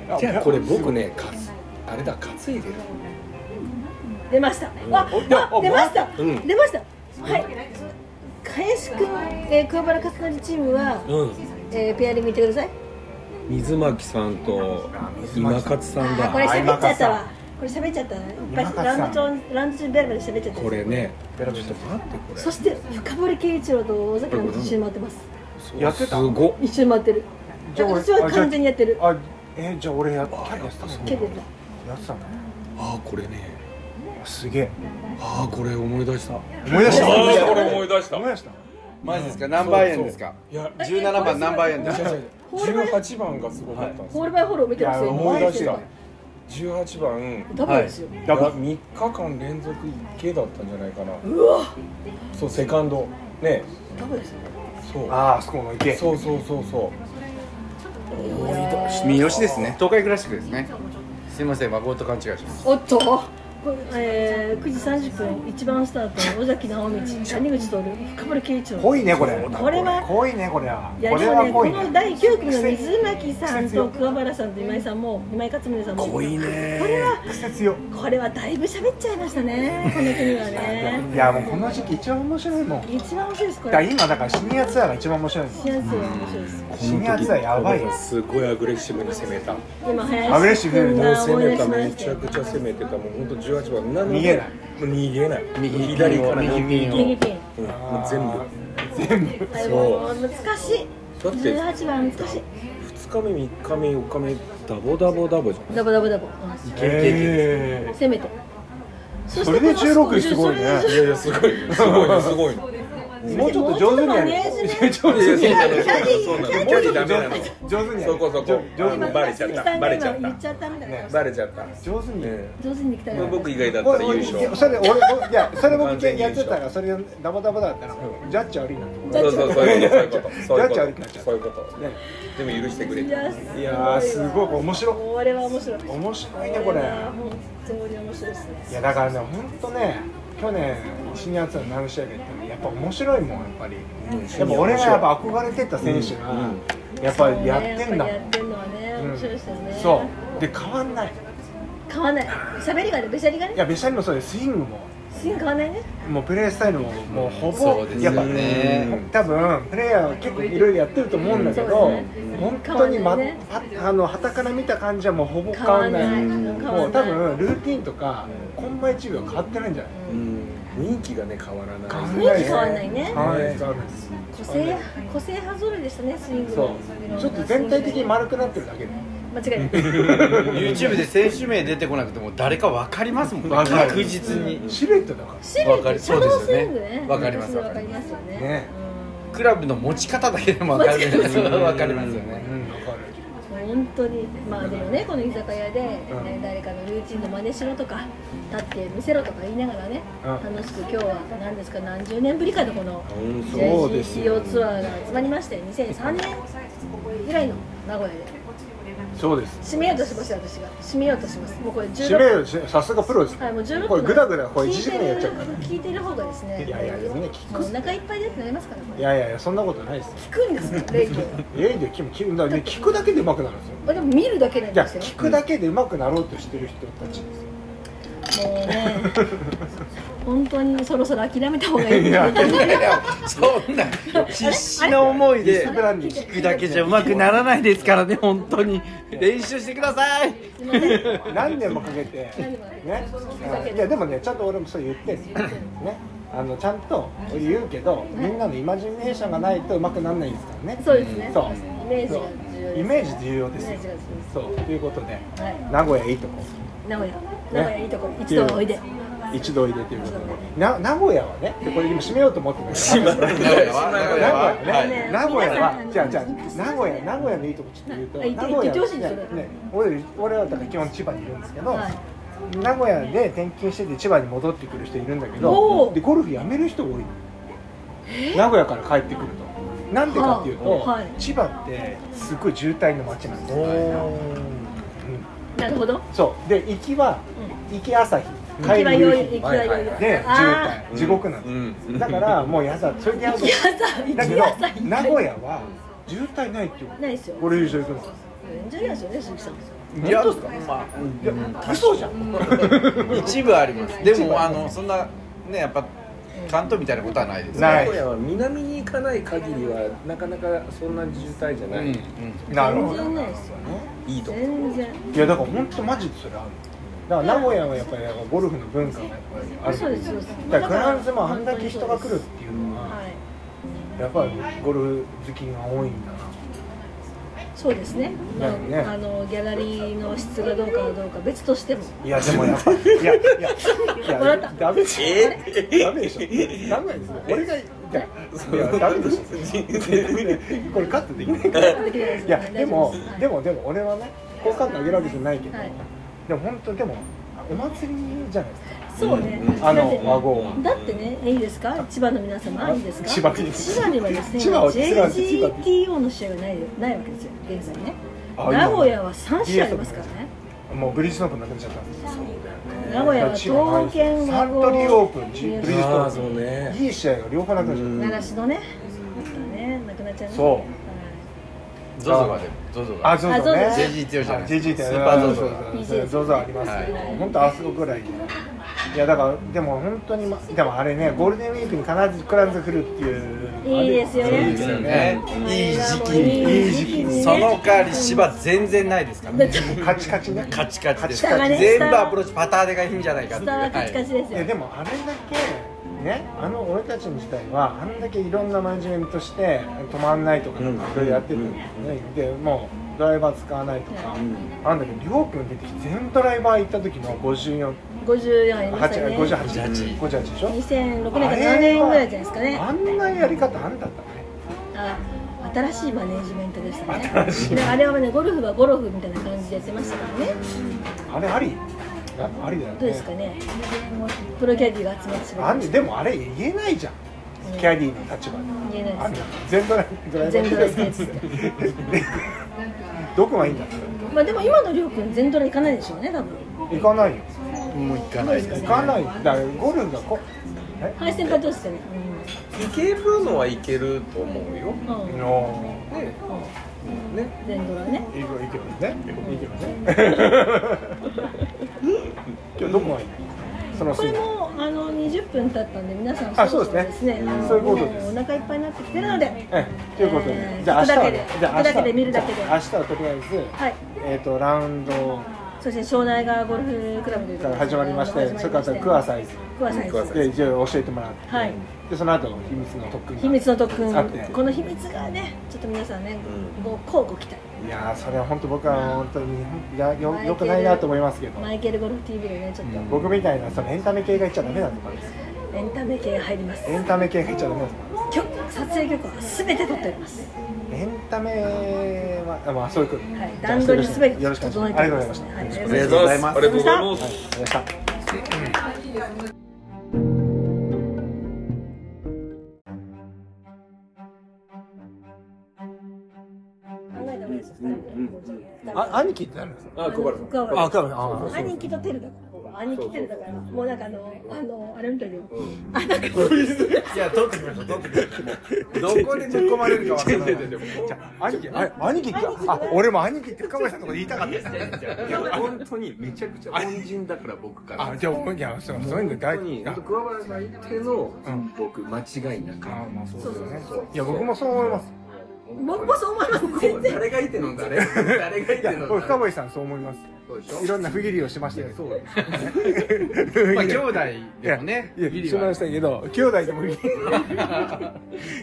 Speaker 2: た
Speaker 4: じゃあこれ僕ねかつあれだ担いでる
Speaker 1: 出ましたわあ出ました
Speaker 4: うん
Speaker 1: 出ましたはい林くん、えー、桑原勝成チームは、
Speaker 4: うん
Speaker 1: えーペアリング行ってください
Speaker 4: 水巻さんと今勝さん
Speaker 1: あーこれ
Speaker 4: だ
Speaker 1: 喋っちゃったわこれ喋っちゃったわいっ
Speaker 2: 今
Speaker 1: ぱい
Speaker 2: 勝
Speaker 1: ラ
Speaker 2: さ
Speaker 1: ウン
Speaker 2: ん
Speaker 1: ド中ラウンド中にベラベラ喋っちゃった
Speaker 4: これねちょっと待って
Speaker 1: そして深堀圭一郎と尾崎直人一緒に回ってます
Speaker 4: これ
Speaker 2: やってた
Speaker 4: すごっ
Speaker 1: 一緒に回ってる
Speaker 2: じゃあ俺
Speaker 1: 私は完全にやってる
Speaker 2: あえーじゃあ俺やったやってたの
Speaker 1: 蹴って
Speaker 2: やってたの
Speaker 4: ああこれね
Speaker 2: あすげえ
Speaker 4: ああこれ思い出したあ
Speaker 2: 思い出した
Speaker 4: あこれ思い出し
Speaker 2: 思い出した
Speaker 3: マジですか何番円ですか
Speaker 4: いや
Speaker 3: 17番何番円ですか
Speaker 4: 18番がすごかったん
Speaker 1: た
Speaker 4: です
Speaker 1: ホールバイホールを見
Speaker 2: い
Speaker 1: てま
Speaker 2: や
Speaker 1: すよ
Speaker 2: 思い出した
Speaker 4: 18番
Speaker 1: ダブルですよ、
Speaker 2: だから
Speaker 4: 3日間連続けだったんじゃないかなそうセカンドね
Speaker 1: ダブルですよ
Speaker 4: そう
Speaker 2: あーあそこの池
Speaker 4: そうそうそうそう
Speaker 3: 三好ですね東海クラシックですねすいません孫と勘違いします
Speaker 1: おっとこれえー、9時30分一番スタート尾崎直道谷口徹深堀圭一郎
Speaker 2: 濃いねこれ
Speaker 1: これは
Speaker 2: 濃いねこれはい
Speaker 1: や
Speaker 2: こ
Speaker 1: で
Speaker 2: れ
Speaker 1: も
Speaker 2: は
Speaker 1: ね、こ
Speaker 2: 濃い
Speaker 1: の
Speaker 2: ね
Speaker 1: 第9組の水巻さんと桑原さんと今井さんも今井勝宗さんも濃いねこれは
Speaker 2: 癖強
Speaker 1: これはだいぶ喋っちゃいましたねこの国はね
Speaker 2: いやもうこの時期一番面白いもんだ
Speaker 1: 一番面白いですこ
Speaker 2: から
Speaker 1: れ
Speaker 2: 今だからシニアツアーが一番面白いも
Speaker 1: シアンスは面白いです
Speaker 2: んシニアツアーやばいよ
Speaker 4: すごいアグレッシブに攻めたも
Speaker 1: 今
Speaker 2: アグレッ
Speaker 1: 林
Speaker 2: シ
Speaker 1: く
Speaker 2: ブ
Speaker 1: ん
Speaker 2: に
Speaker 4: う
Speaker 1: が思
Speaker 4: 攻
Speaker 1: い出
Speaker 4: め
Speaker 1: したま
Speaker 4: め
Speaker 1: し
Speaker 4: ちゃく
Speaker 1: た
Speaker 4: ちゃ攻めてたもう本当18番なので
Speaker 2: 逃げない
Speaker 4: もう逃げない
Speaker 3: 右
Speaker 4: 左から
Speaker 3: 右ピンを
Speaker 1: 右ピン
Speaker 4: うんもう全部
Speaker 2: う全部
Speaker 1: あれもう難しい
Speaker 4: だって
Speaker 1: 18番難しい
Speaker 4: 2日目3日目4日目ダボダボダボじゃん
Speaker 1: ダボダボダボ、
Speaker 2: え
Speaker 1: 攻めてそ
Speaker 2: それで16位すごいね
Speaker 1: それで
Speaker 4: いやいやすごいすごいのすごいの
Speaker 2: もうちょっと上手にやる
Speaker 1: もうちょっとマネージメント
Speaker 2: 上手にやる
Speaker 4: そうなのそうなの距離ダメなの
Speaker 2: 上手にやる
Speaker 4: そこそこ
Speaker 2: 上手に
Speaker 4: あのバレちゃった
Speaker 1: 今
Speaker 4: バレちゃった
Speaker 1: 言っちゃったみたいな顔して
Speaker 4: バレちゃった、
Speaker 2: 上手にやる
Speaker 4: え
Speaker 1: 上手にできた
Speaker 4: え
Speaker 1: じゃない
Speaker 4: 僕以外だった
Speaker 2: お
Speaker 4: ら
Speaker 2: いお
Speaker 4: 優
Speaker 2: いい
Speaker 4: 勝
Speaker 2: やそれ俺おいやそれ僕
Speaker 4: 完全優
Speaker 2: やっ
Speaker 4: 勝
Speaker 2: てたらそれダボダボだったらジャッジ悪いなって思う
Speaker 4: そうそうそういうことそ
Speaker 2: ジ
Speaker 4: ういうこと
Speaker 2: ャッジ悪くなっちゃう
Speaker 4: そういうこと
Speaker 2: ね
Speaker 4: でも許してくれ
Speaker 1: い
Speaker 4: た
Speaker 1: や
Speaker 2: いやーすごい面白い
Speaker 1: これは面白い
Speaker 2: 面白いねこれ
Speaker 1: は本当に面白いですね
Speaker 2: いやだからね本当ね去年シニアツアーの何試合か行ったのやっぱ面白いもんやっぱりやっぱ俺がやっぱ憧れてた選手
Speaker 3: うん
Speaker 2: がやっぱりやってんだも
Speaker 1: やっ
Speaker 2: ん
Speaker 1: てんのはね面白いですよね
Speaker 2: そうで変わんない
Speaker 1: 買わない喋りがねべしゃりが
Speaker 2: い
Speaker 1: ね
Speaker 2: やベシャリもそうですスイングも
Speaker 1: すぐ買わないね
Speaker 2: もうプレースタイルももうほ
Speaker 3: そ
Speaker 2: ぼ
Speaker 3: うです
Speaker 2: や
Speaker 3: よ
Speaker 2: っ
Speaker 3: ね
Speaker 2: ぱうん多分プレイヤーは結構いろいろやってると思うんだけど、
Speaker 1: うんそうですね
Speaker 2: 本当にま
Speaker 1: 変わんないね
Speaker 2: はあの旗から見た感じはもうほぼ変
Speaker 1: 変
Speaker 2: わ
Speaker 1: わ
Speaker 2: ん
Speaker 1: ん
Speaker 2: な
Speaker 1: ない
Speaker 2: う
Speaker 1: い
Speaker 2: ん
Speaker 1: 変わんない
Speaker 2: もう多分ルーティンとかコンマ1秒は変わってないんじゃない
Speaker 4: うん雰囲気がね変わらない
Speaker 2: 変
Speaker 1: わらない雰囲気変わんないね
Speaker 2: 変わんないです変わんないです
Speaker 1: 個性個性派揃いでしたねスイング
Speaker 2: そ
Speaker 1: も
Speaker 2: うちょっと全体的に丸くなってるだけで
Speaker 1: 間違いない
Speaker 3: YouTube で選手名出てこなくても誰か分かりますもんね
Speaker 2: わかる
Speaker 3: 確実に
Speaker 2: シルエットだから
Speaker 1: シルエッ
Speaker 3: わか
Speaker 1: ト
Speaker 3: る
Speaker 1: シャドウスイング
Speaker 3: そうですよ
Speaker 1: ね
Speaker 3: ねわかります
Speaker 1: わかりますよね
Speaker 2: ね
Speaker 3: クラブの持ち方だけでも分かる
Speaker 1: 持ち方
Speaker 3: 分かりますよね
Speaker 2: うんわかる
Speaker 1: うん本当にまあでもねこの居酒屋で、
Speaker 2: ん
Speaker 1: ね誰かのルーチンの真似しろとか立って見せろとか言いながらね、
Speaker 2: うん
Speaker 1: 楽しく今日は何ですか何十年ぶりかのこの
Speaker 4: うんそう
Speaker 2: そうですよ
Speaker 1: JCCO ツアーが集まりまして2003年以来の名古屋で
Speaker 2: そうです
Speaker 1: 締めようとしますよ私が締めようとしますもうこれ16
Speaker 2: シルエットさすがプロです
Speaker 1: はいもう16分
Speaker 2: これグダグダこれ1時間
Speaker 1: 聞いてる
Speaker 2: やっちゃうから
Speaker 1: 聞いてる方がですね
Speaker 2: いやいやいやみんな聞く
Speaker 1: もうお腹いっぱいでってなりますからこ
Speaker 2: い
Speaker 1: れ
Speaker 2: やいやいやそんなことないですよ
Speaker 1: 聞くんですよレイキ
Speaker 2: ええで聞くだからね聞くだけで上手くなるんですよ
Speaker 1: でも見るだけなん
Speaker 2: じゃ
Speaker 1: ですよ
Speaker 2: 聞くだけで上手くなろうとしてる人たちですよ
Speaker 1: もうね本当にそろそろ諦めた方がいい
Speaker 2: いや諦
Speaker 3: いやいやそんな必死な思いで
Speaker 2: リスブランディ
Speaker 1: 聞
Speaker 3: 聞くだけじゃうまくならないですからね本当に練習してください
Speaker 1: すいません聞
Speaker 2: 何年もかけて
Speaker 1: 何年もかけて
Speaker 2: ね
Speaker 1: くだけ
Speaker 2: い
Speaker 1: で
Speaker 2: やでもねちゃんと俺もそう言 ってんのねあのちゃんと言うけどみんなのイマジネーションがないと上手くならないですからね
Speaker 1: そうですね
Speaker 2: そう
Speaker 1: イメージが重要です
Speaker 2: イメージ重要です
Speaker 1: イメージが重
Speaker 2: よ
Speaker 1: 要です
Speaker 2: そうということで
Speaker 1: はい
Speaker 2: 名古屋いいとこ
Speaker 1: 名古屋名古屋いいとこ一度おいで
Speaker 2: 一度おいでということでな名古屋はねでこれ今締めようと思ってたんですけど
Speaker 3: 名古屋は名古
Speaker 2: 名古
Speaker 3: 屋は
Speaker 2: 屋
Speaker 3: はい
Speaker 2: ね、
Speaker 1: い
Speaker 2: 名古屋
Speaker 1: 皆さ
Speaker 2: は、
Speaker 1: ん
Speaker 2: じゃあじゃあ名古屋、名古屋のいいとこちょっと言うと、
Speaker 1: あ言って
Speaker 2: 名古
Speaker 1: 言
Speaker 2: 屋
Speaker 1: ってほしいんですよ
Speaker 2: ね、俺俺はだから基本千葉にいるんですけど、
Speaker 1: はい
Speaker 2: 名古屋で転勤してて千葉に戻ってくる人いるんだけど
Speaker 1: お、ー
Speaker 2: でゴルフやめる人多いの。名古屋から帰ってくると。なんでかっていうと、
Speaker 1: はあはい
Speaker 2: 千葉ってすごい渋滞の街なんですよ、うん
Speaker 1: なるほど
Speaker 2: そうで行きは行き朝日
Speaker 1: 行
Speaker 2: 帰
Speaker 1: きは
Speaker 2: り
Speaker 1: よ
Speaker 2: 夕
Speaker 1: い
Speaker 2: 日
Speaker 1: 行きはよ
Speaker 2: で
Speaker 1: い
Speaker 2: 渋
Speaker 1: あ
Speaker 2: 滞地獄なんですよ、
Speaker 4: うん
Speaker 2: だからもうやだそれでやだ
Speaker 1: ー行き朝行
Speaker 2: だけ
Speaker 1: き
Speaker 2: ど
Speaker 1: 朝行き
Speaker 2: 名古屋は渋滞ないっていう
Speaker 1: ないですよ
Speaker 2: 俺優勝行くの
Speaker 1: じゃないですよね鈴木さん
Speaker 3: いや
Speaker 2: 本当ですか
Speaker 3: ま
Speaker 2: いや嘘じゃん
Speaker 3: あ一部ありますでもあのそんなねやっぱ関東みたいなことはないですね
Speaker 2: ない
Speaker 4: 名古屋は南に行かない限りはなかなかそんな渋滞じゃ
Speaker 3: う
Speaker 4: なんい、
Speaker 3: うん
Speaker 2: なるほ
Speaker 1: 全
Speaker 2: ど
Speaker 1: 然ないですよ
Speaker 4: いいとこ
Speaker 1: 全然
Speaker 2: いやだから本当マジでそれあるだから名古屋はやっぱりなんかゴルフの文化がやっぱりある
Speaker 1: そうですそうです
Speaker 2: だからフランスもあんだけ人が来るっていうのは
Speaker 1: はい
Speaker 2: やっぱりゴルフ好きが多いんだな
Speaker 1: そうですね,、まあ、
Speaker 2: だよね
Speaker 1: あのギャラリーの質がどうかはどうか別としても
Speaker 2: いやでもやっぱいやいやい
Speaker 1: 笑っ
Speaker 2: や
Speaker 1: た
Speaker 2: ダメでしょダメでしょダメですよ俺がいやいやダメでしょこれカットできないから
Speaker 1: できないです
Speaker 2: い
Speaker 1: よ
Speaker 2: や
Speaker 1: ね
Speaker 2: でも
Speaker 1: 大丈夫す
Speaker 2: でもでも俺はね好感度上げるわけじゃないけど、
Speaker 1: はい
Speaker 2: でも本当でもお祭りじゃないです
Speaker 1: そうね、
Speaker 2: かあ
Speaker 1: だって
Speaker 2: の和合は
Speaker 1: だってね、いいですか、千葉の皆様、いいですか。
Speaker 2: 千葉に
Speaker 1: 千葉にはですね、
Speaker 2: 千葉は千葉に千葉に
Speaker 1: JGTO の試合がない、ないわけですよ、現在ね。
Speaker 2: あ
Speaker 1: 名古屋は三試合ありますからね。
Speaker 2: もうブリヂストンプなくなっちゃったんです
Speaker 1: 名古屋は東県
Speaker 2: サ
Speaker 1: 和
Speaker 2: ン
Speaker 1: 合。
Speaker 2: トリーオープンブリヂス
Speaker 4: あ
Speaker 2: ト
Speaker 4: あ
Speaker 2: ンプ
Speaker 4: そうね
Speaker 2: いい試合が両方なくなっちゃっ
Speaker 1: 習志野ね。ね、なくなっちゃうね。
Speaker 2: そう
Speaker 3: ゾゾがでもゾゾ
Speaker 2: たあ
Speaker 3: が
Speaker 2: ゾゾね
Speaker 1: あ
Speaker 3: JGTO じゃない
Speaker 2: JGTO
Speaker 3: スーパーゾゾ
Speaker 2: ゾゾゾゾありますけど、本当あそこぐらいでいやだからでも本当にまでもあれねゴールデンウィークに必ずクランズ来るっていう
Speaker 1: いいですよね
Speaker 2: いいですよね
Speaker 3: ねいい時期に
Speaker 1: いい時期にね
Speaker 3: その代わり芝全然ないですから
Speaker 1: だ
Speaker 3: ね
Speaker 1: って
Speaker 2: カチカチね
Speaker 3: カチカチです
Speaker 2: 下が
Speaker 1: ね
Speaker 3: 全部アプローチパターでがいいんじゃないかって
Speaker 1: 下はカチカチ
Speaker 3: はい
Speaker 1: で
Speaker 2: い
Speaker 1: すよ。
Speaker 2: やでもあれだけねあの俺たちの時代はあんだけいろんなマネジメントして止まんないとか
Speaker 4: うん
Speaker 2: いろいろやってたのね、でもうドライバー使わないとか、
Speaker 1: う
Speaker 2: あんだけどりょうくん出てきて全ドライバー行った時の54
Speaker 1: 50やりましたよね
Speaker 2: 58 58
Speaker 3: 58
Speaker 2: 58でしょ
Speaker 1: 2006年か7年ぐらいじゃないですかね
Speaker 2: あんなやり方あんだったね
Speaker 1: あ新しいマネージメントでしたねであれはねゴルフはゴルフみたいな感じでやってましたからね
Speaker 2: あれありあありだよね
Speaker 1: どうですかねもうプロキャディーが集まってしま
Speaker 2: あ
Speaker 1: い
Speaker 2: ん
Speaker 1: ま
Speaker 2: で
Speaker 1: し
Speaker 2: でもあれ言えないじゃん
Speaker 1: うん
Speaker 2: キャディーの立場で
Speaker 1: た言えな
Speaker 2: あ
Speaker 1: い
Speaker 2: ん
Speaker 1: で
Speaker 2: な
Speaker 1: す
Speaker 2: 全ドライドライバー
Speaker 1: 全ドライバーです
Speaker 2: どこがいいんだっ
Speaker 1: まあでも今のりょうくん全ドラ行かないでしょうね多分
Speaker 2: て行かないよ
Speaker 3: もう行かないです
Speaker 2: 行かないだからゴルフがこえ
Speaker 1: 林先輩どうですかね
Speaker 4: けるのはいけると思うよ
Speaker 1: うん、うん
Speaker 2: の
Speaker 4: ねね
Speaker 1: 全ドラね
Speaker 2: 行く行けばね行けばね 今日どこがいいのその
Speaker 1: こ
Speaker 2: シ
Speaker 1: れ
Speaker 2: ーン
Speaker 1: もあの20分経ったんで皆さん
Speaker 2: あそうですね
Speaker 1: ろろ
Speaker 2: そういうことです
Speaker 1: もお腹いっぱいになってきてるので
Speaker 2: ええということで、
Speaker 1: えー
Speaker 2: じゃあ明日はね
Speaker 1: 聞くだけで
Speaker 2: じゃあ明日
Speaker 1: 聞くだけで見るだけで
Speaker 2: じゃあ明日はとりあえず、
Speaker 1: はい
Speaker 2: えっ、とラウンド
Speaker 1: そして庄内川ゴルフクラブというと
Speaker 2: から
Speaker 1: ころ
Speaker 2: 始まりましてそれからクアサイズ
Speaker 1: クアサイ
Speaker 4: クア
Speaker 1: ズ
Speaker 4: サイ
Speaker 2: で一応教えてもらって、
Speaker 1: はい
Speaker 2: でその後秘密の特訓が
Speaker 1: 秘密の特
Speaker 2: あって
Speaker 1: 訓この秘密がねちょっと皆さんね
Speaker 4: う
Speaker 1: ご乞うご期待
Speaker 2: いやーそれは本当僕は本当にいやよよくないなと思いますけど、
Speaker 1: マイケルゴルフ TV でねちょっと
Speaker 2: 僕みたいなそのエンタメ系がいっちゃダメだと思います
Speaker 1: エンタメ系入ります
Speaker 2: エンタメ系がいっちゃダメだと思いま
Speaker 1: 曲撮影曲は全て撮っております
Speaker 2: すエンタメはあまあそういうこと、
Speaker 1: はい段取りすべて
Speaker 2: よろしくお
Speaker 1: 整
Speaker 2: 願
Speaker 1: え
Speaker 2: いして
Speaker 1: お
Speaker 2: ますあり
Speaker 1: り
Speaker 2: がと
Speaker 1: ま
Speaker 2: う
Speaker 1: す
Speaker 2: ございました
Speaker 1: はい
Speaker 4: ありがとうございますありがとうござい
Speaker 2: あり
Speaker 1: ありがとうございま
Speaker 4: ますす
Speaker 2: がとうございました
Speaker 1: 考えた方がいいですよ二人で
Speaker 2: あ兄貴ってなるんですか
Speaker 4: あ、小原
Speaker 1: 小原
Speaker 2: あ、かあ、あ
Speaker 1: 兄貴とテルだから兄貴テルだからもうなんかあのあのあれみたいに
Speaker 3: いや取ってきましょう取ってきましょう
Speaker 2: どこで突っ込まれるかわからない
Speaker 4: 違う違う違う違う
Speaker 2: じゃあ兄貴、あ兄貴って、あ、俺も兄貴って深町さんのこと言いたかったですね
Speaker 4: いや本当にめちゃくちゃ恩人だから僕から
Speaker 2: あ、じゃあ、いや、そうそういうの
Speaker 4: 本
Speaker 2: 大
Speaker 4: 当
Speaker 2: 事
Speaker 4: に本当桑原さん言っての
Speaker 2: ん
Speaker 4: 僕間違いなく
Speaker 2: あ、まあそうですよねいや、僕もそう思います
Speaker 1: 僕もそう思います全然
Speaker 4: 誰がいての誰誰がい
Speaker 2: いや
Speaker 4: て、の
Speaker 2: 僕深
Speaker 4: 誰
Speaker 2: 町さんそう思います
Speaker 4: そうでし
Speaker 2: い
Speaker 4: ょ
Speaker 2: ろんな不義理をしましたけど
Speaker 4: そう
Speaker 3: まあ兄弟でもね
Speaker 2: いや
Speaker 3: ビ
Speaker 2: いや
Speaker 3: リ
Speaker 2: し
Speaker 3: は
Speaker 2: ましたけど兄弟でもいい い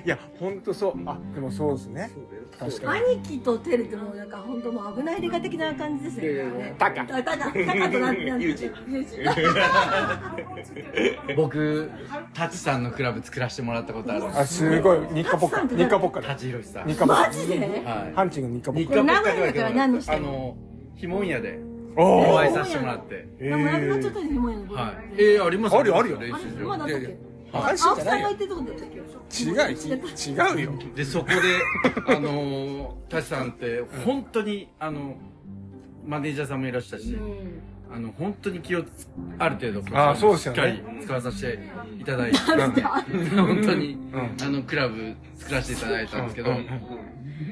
Speaker 2: や本当そうあでもそうですね確かに
Speaker 1: 兄貴とテルってもうなんか本当もう危ないデカ的な感じですよね。タカタカタカとなって
Speaker 4: 友人
Speaker 1: 友人。
Speaker 3: 僕タチさんのクラブ作らせてもらったことあるんです
Speaker 2: あすごい日課ぽっか日課ぽっか
Speaker 3: タ
Speaker 2: だ
Speaker 3: チヒロシさん
Speaker 2: 日課ぽっ
Speaker 1: マ
Speaker 2: か
Speaker 1: ジで？
Speaker 3: は
Speaker 2: ハンチング日課
Speaker 3: い
Speaker 2: ぽっ
Speaker 3: 日
Speaker 2: か
Speaker 3: 課
Speaker 1: 名
Speaker 3: ばっ
Speaker 1: 古
Speaker 3: かり
Speaker 1: 屋だから何して
Speaker 3: あ
Speaker 1: んの
Speaker 3: のひもん屋で
Speaker 2: お
Speaker 3: お
Speaker 2: ー
Speaker 3: 会いさせてもらって
Speaker 1: 名前なくなっちゃったんですよもう今
Speaker 3: はいえー、あります
Speaker 2: あるよあるよ
Speaker 3: 練
Speaker 1: あ
Speaker 3: 習
Speaker 1: れまだあ
Speaker 3: 場
Speaker 1: ったっ
Speaker 3: で
Speaker 1: け？
Speaker 2: おか
Speaker 1: 青
Speaker 2: し
Speaker 1: 木
Speaker 2: い
Speaker 1: さ
Speaker 2: んじ
Speaker 1: ん
Speaker 2: ゃ
Speaker 1: が
Speaker 2: ないよ
Speaker 1: 言ってたことだったっけ？
Speaker 2: 違う違うよ
Speaker 3: で そこであのタチさんって本当にあのマネージャーさんもいらしたし、
Speaker 1: うん。
Speaker 3: あの本当に気をつある程度
Speaker 2: あーそうです
Speaker 3: しっ
Speaker 2: よ
Speaker 3: か
Speaker 2: ね
Speaker 3: り使わさせていただいて、
Speaker 1: あ
Speaker 3: 本当に、
Speaker 2: ん
Speaker 3: あのクラブ作らせていただいたんですけど、
Speaker 2: うんうん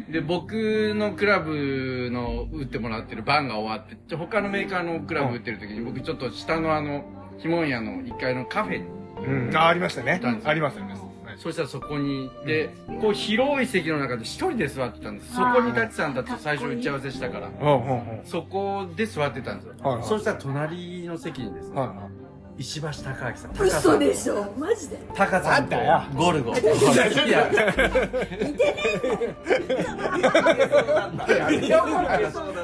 Speaker 3: で僕のクラブの打ってもらってる番が終わってちょ他のメーカーのクラブ打ってる時に僕ちょっと下のあのひもん屋の1階のカフェに
Speaker 2: うんあありましたね
Speaker 3: たんですよ
Speaker 2: ありますあります
Speaker 3: そしたらそこにでこう広い席の中で一人で座ってたんですそ
Speaker 1: あー
Speaker 3: こにタチさんたちと最初打ち合わせしたから
Speaker 2: うんうんうん
Speaker 3: そこで座ってたんですよ、
Speaker 2: はいはい
Speaker 3: そしたら隣の席にですね、
Speaker 2: は
Speaker 3: 石橋貴明さん貴さ
Speaker 1: 嘘
Speaker 3: ん
Speaker 1: でしょ。マジで。
Speaker 3: タカさんと
Speaker 2: なんだよ
Speaker 3: ゴルゴ。いや、
Speaker 2: いやも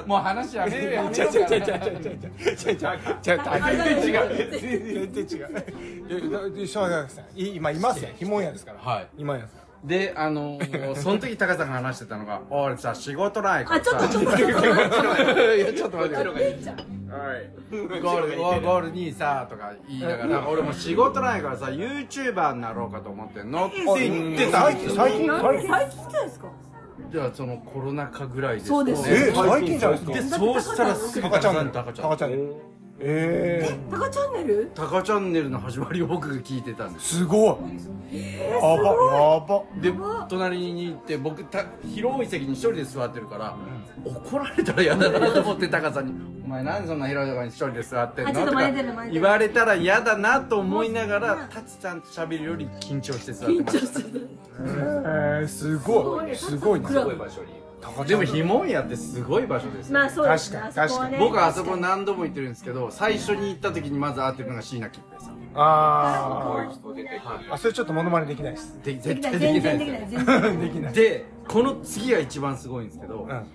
Speaker 2: う
Speaker 3: もう話やめるや
Speaker 2: ちゃちゃちゃちゃちゃちゃちゃちゃちゃ全然違う全然違ういやしょうがないですねい今いますよひもんやですから
Speaker 3: はい
Speaker 2: 今やです
Speaker 3: で、あのー、その時タカさんが話してたのが、俺さ、仕事ないか
Speaker 1: あ
Speaker 3: ら
Speaker 1: ちょ
Speaker 3: さ。
Speaker 1: っとちょっとちょっと。
Speaker 3: いや、ちょっと待ってよ。ゴール、ゴールゴールにさ、とか言いながら、俺も仕事ないからさ、YouTuber になろうかと思ってんのって言ってたん
Speaker 2: 最近
Speaker 3: ですよ。
Speaker 2: 最近
Speaker 1: なんで最近じゃないですか？
Speaker 3: では、そのコロナ禍ぐらいです
Speaker 1: そ
Speaker 3: よ
Speaker 1: う
Speaker 3: ね。
Speaker 1: です
Speaker 2: え最近じゃないで
Speaker 3: で、
Speaker 2: すか
Speaker 3: そうしたらす
Speaker 2: タカ
Speaker 3: ぐタカ
Speaker 2: チャ
Speaker 3: さ
Speaker 2: ン
Speaker 3: ん、
Speaker 2: ネ
Speaker 3: タカ
Speaker 2: ル
Speaker 3: ち
Speaker 2: タ
Speaker 3: ゃ
Speaker 2: カチ
Speaker 3: ん。
Speaker 2: ャンネルええ
Speaker 1: タカチャンネル？
Speaker 3: タカチャンネルの始まりを僕が聞いてたんです。
Speaker 2: すごいやばやば
Speaker 3: で隣に行って僕た広い席に一人で座ってるから、怒られたら嫌だなと思ってタカさんに「お前なんでそんな広いとこに一人で座ってんの?」
Speaker 1: あちょっと
Speaker 3: と
Speaker 1: 前
Speaker 3: か
Speaker 1: 出る前出る
Speaker 3: 言われたら嫌だなと思いながらタチさんと喋るより緊張して座ってまし
Speaker 2: えーすごいすごいね
Speaker 1: すご
Speaker 4: ういう場所に
Speaker 3: たでもひもんやってすごい場所ですよ、
Speaker 1: まあそうですね。
Speaker 2: 確かに
Speaker 1: あそこはね
Speaker 3: 僕はあそこ何度も行ってるんですけど最初に行った時にまず会ってるのが椎名桔平さん
Speaker 2: あ
Speaker 4: 人出てくる
Speaker 2: ーあそれちょっとモノマネできないです
Speaker 3: で
Speaker 1: で
Speaker 3: 絶
Speaker 1: きな
Speaker 3: 対
Speaker 1: い全
Speaker 3: できな
Speaker 1: 然
Speaker 3: い
Speaker 1: でき
Speaker 3: で
Speaker 1: ない全
Speaker 3: す
Speaker 1: 然
Speaker 2: で
Speaker 1: できない。
Speaker 2: きない
Speaker 3: でこの次が一番すごいんですけど、
Speaker 2: うん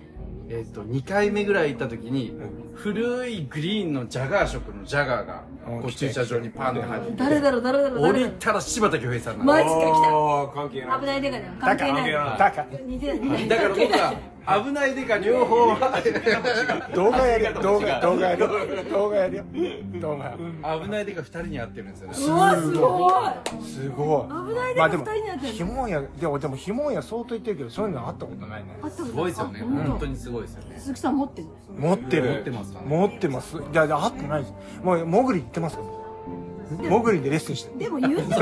Speaker 3: えっと2回目ぐらい行った時に古いグリーンのジャガー色のジャガーが
Speaker 2: うん
Speaker 3: こう駐車場にパンって入って
Speaker 1: 誰だろう誰だろう
Speaker 3: 降
Speaker 1: 誰
Speaker 3: り
Speaker 1: だろ
Speaker 3: たら柴田恭平さんなの
Speaker 1: マジか来た
Speaker 4: ああ関係
Speaker 1: う
Speaker 4: な
Speaker 1: 危
Speaker 4: い
Speaker 1: ないでかじゃん関係ない
Speaker 4: だ
Speaker 2: だか
Speaker 1: 似てない似てない
Speaker 3: だから僕は危ないでか両方 は
Speaker 2: ら動画やるよ動画動画やるよ動画やるよ動画
Speaker 3: 危ないでか2人に会ってるんですよね
Speaker 1: うわすごい
Speaker 2: すごい
Speaker 1: 危ないで
Speaker 2: まあでも
Speaker 1: 二人になってる
Speaker 2: ひもんやでもでもひもんや相当言ってるけどそういうのあったことないね
Speaker 1: あったこと
Speaker 3: すごいですよね
Speaker 1: あ本当
Speaker 3: 本当にすごいですよね
Speaker 1: 鈴木さん持ってる
Speaker 2: 持ってる
Speaker 3: 持ってますかね
Speaker 2: 持ってますいやいや会ってないですもう潜り行ってますよ潜りでレッスンしてる
Speaker 1: でも言うてもい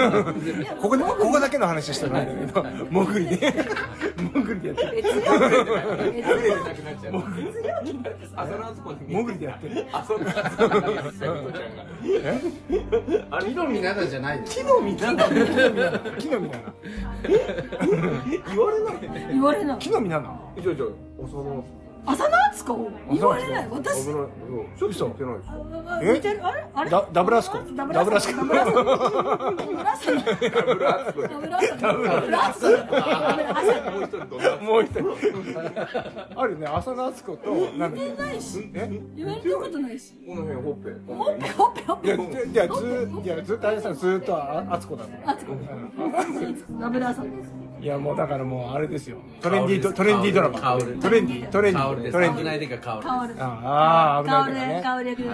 Speaker 1: や
Speaker 2: ここでここだけの話してないんだけど 潜りで潜りでやってる
Speaker 1: 別料金別料
Speaker 4: なくなっちゃう
Speaker 1: 金別料金だってさ
Speaker 4: あそのあそこに
Speaker 2: 潜りでやってる
Speaker 4: あそこあそこにセブちゃんが
Speaker 2: え
Speaker 4: あれ
Speaker 3: 木の実なじゃないです
Speaker 4: 木の実なんだ
Speaker 2: 木の実なの
Speaker 4: 言われないね
Speaker 1: 言われない
Speaker 2: 木の実な の
Speaker 4: じゃあじゃあおその
Speaker 1: 浅野敦子言われない私
Speaker 4: 危ないうんちょっと似てないでしょ
Speaker 1: あ
Speaker 2: え
Speaker 1: 似てるあれあれ
Speaker 2: ダダブルアスコ
Speaker 1: ダブルアスコ
Speaker 2: ダ
Speaker 1: ダ
Speaker 2: ブ
Speaker 1: ブ
Speaker 2: ル
Speaker 1: ル
Speaker 2: ア
Speaker 1: ア
Speaker 2: ス
Speaker 1: ス
Speaker 2: コ
Speaker 1: コダブルアスコダブルアスコダブルアスコダブルアスコ
Speaker 4: もう一人どんな
Speaker 2: もう一人あるね浅野敦子となんだっ
Speaker 1: 言
Speaker 2: け
Speaker 1: ってないし
Speaker 2: え
Speaker 1: 言われたことないし
Speaker 4: この辺ほっぺ
Speaker 1: ほっぺほっぺほっ
Speaker 2: いや、
Speaker 1: ぺ
Speaker 2: ずいや、ず、いや、ずっとあれさん、ずっとあ、あつこだった。
Speaker 1: 敦子ダブルアスコ
Speaker 2: いや、もう、だから、もう、あれですよ。トレンディード、トレンディードラマ。
Speaker 3: カオ
Speaker 2: トレ
Speaker 3: ル
Speaker 2: ンディー、トレンデ
Speaker 3: カオ
Speaker 2: ィ
Speaker 3: ル
Speaker 2: ー、
Speaker 3: で
Speaker 2: ト
Speaker 3: す
Speaker 2: レンディ
Speaker 3: 危な
Speaker 2: ー。
Speaker 3: いでかカオルです
Speaker 1: 香る
Speaker 2: ああ、危ないからね。
Speaker 1: 香る香る役で、危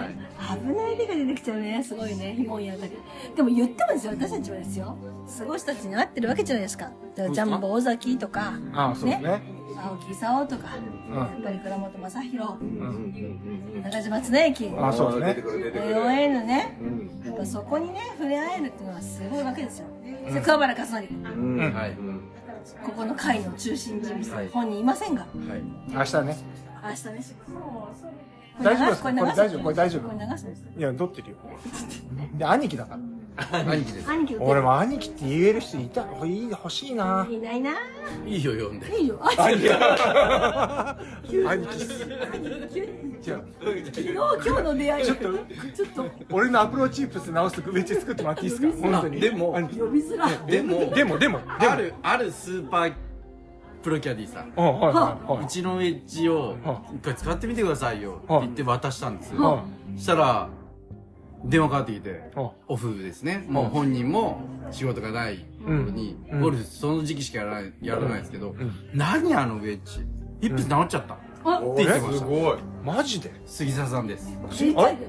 Speaker 1: ないでが出てきちゃうねすごいねひもんやったけどでも言ってもですよ私たちはですよすごい人たちに会ってるわけじゃないですかだからジャンボ尾崎とか
Speaker 2: ああ、そうね。
Speaker 1: 青木功とか
Speaker 2: うん。
Speaker 1: やっぱり倉本正宏
Speaker 2: うん。
Speaker 1: 中島恒之
Speaker 2: あ、そう
Speaker 4: 出
Speaker 2: ね
Speaker 4: て。くる出てくる
Speaker 1: LON ね
Speaker 4: うん
Speaker 1: やっぱそこにね触れ合えるっていうのはすごいわけですよ、それ桑原和則
Speaker 4: うん
Speaker 2: うん
Speaker 3: はい
Speaker 1: ここの会の中心人物、
Speaker 3: はい
Speaker 1: 本人いませんが
Speaker 3: はい
Speaker 2: 明日ね。
Speaker 1: 明日ね
Speaker 2: 大丈夫です
Speaker 1: これ流す
Speaker 2: これ大丈夫これ大丈夫
Speaker 1: これ流すんです
Speaker 2: いや、撮ってるよ。で、兄貴だから。
Speaker 3: 兄貴です
Speaker 1: 兄貴の
Speaker 2: 俺も兄貴って言える人いた、ほい、欲しいな。
Speaker 1: いないない
Speaker 3: いよ読んで
Speaker 1: いいよあいいよ
Speaker 2: 兄貴っす。じゃあ
Speaker 1: 昨日今日の出会いちょっとちょっと
Speaker 2: 俺のアプローチップス直すと、めっちゃ作ってもらっていいですか。本当に。
Speaker 3: でも
Speaker 2: 兄貴
Speaker 1: 呼びづらい
Speaker 3: で も
Speaker 2: でも、でも、でも。
Speaker 3: あるあるスーパープロキャディーさん
Speaker 2: うん、はい、はい、は
Speaker 3: う
Speaker 2: い。
Speaker 3: ちのウェッジを
Speaker 2: は
Speaker 3: 一回使ってみてくださいよって
Speaker 2: はい
Speaker 3: 言って渡したんです
Speaker 2: は
Speaker 3: よ。そしたら、電話かかってきて
Speaker 2: は、
Speaker 3: オフですね。もう本人も仕事がない頃に、
Speaker 2: うん
Speaker 3: ゴルフその時期しかやらない、やらないですけど、何あのウェッジ一発治っちゃったって
Speaker 1: あ
Speaker 4: お
Speaker 3: 言ってました。
Speaker 4: ごい
Speaker 2: マジで。
Speaker 3: 杉沢さんです。
Speaker 1: ちっちゃいで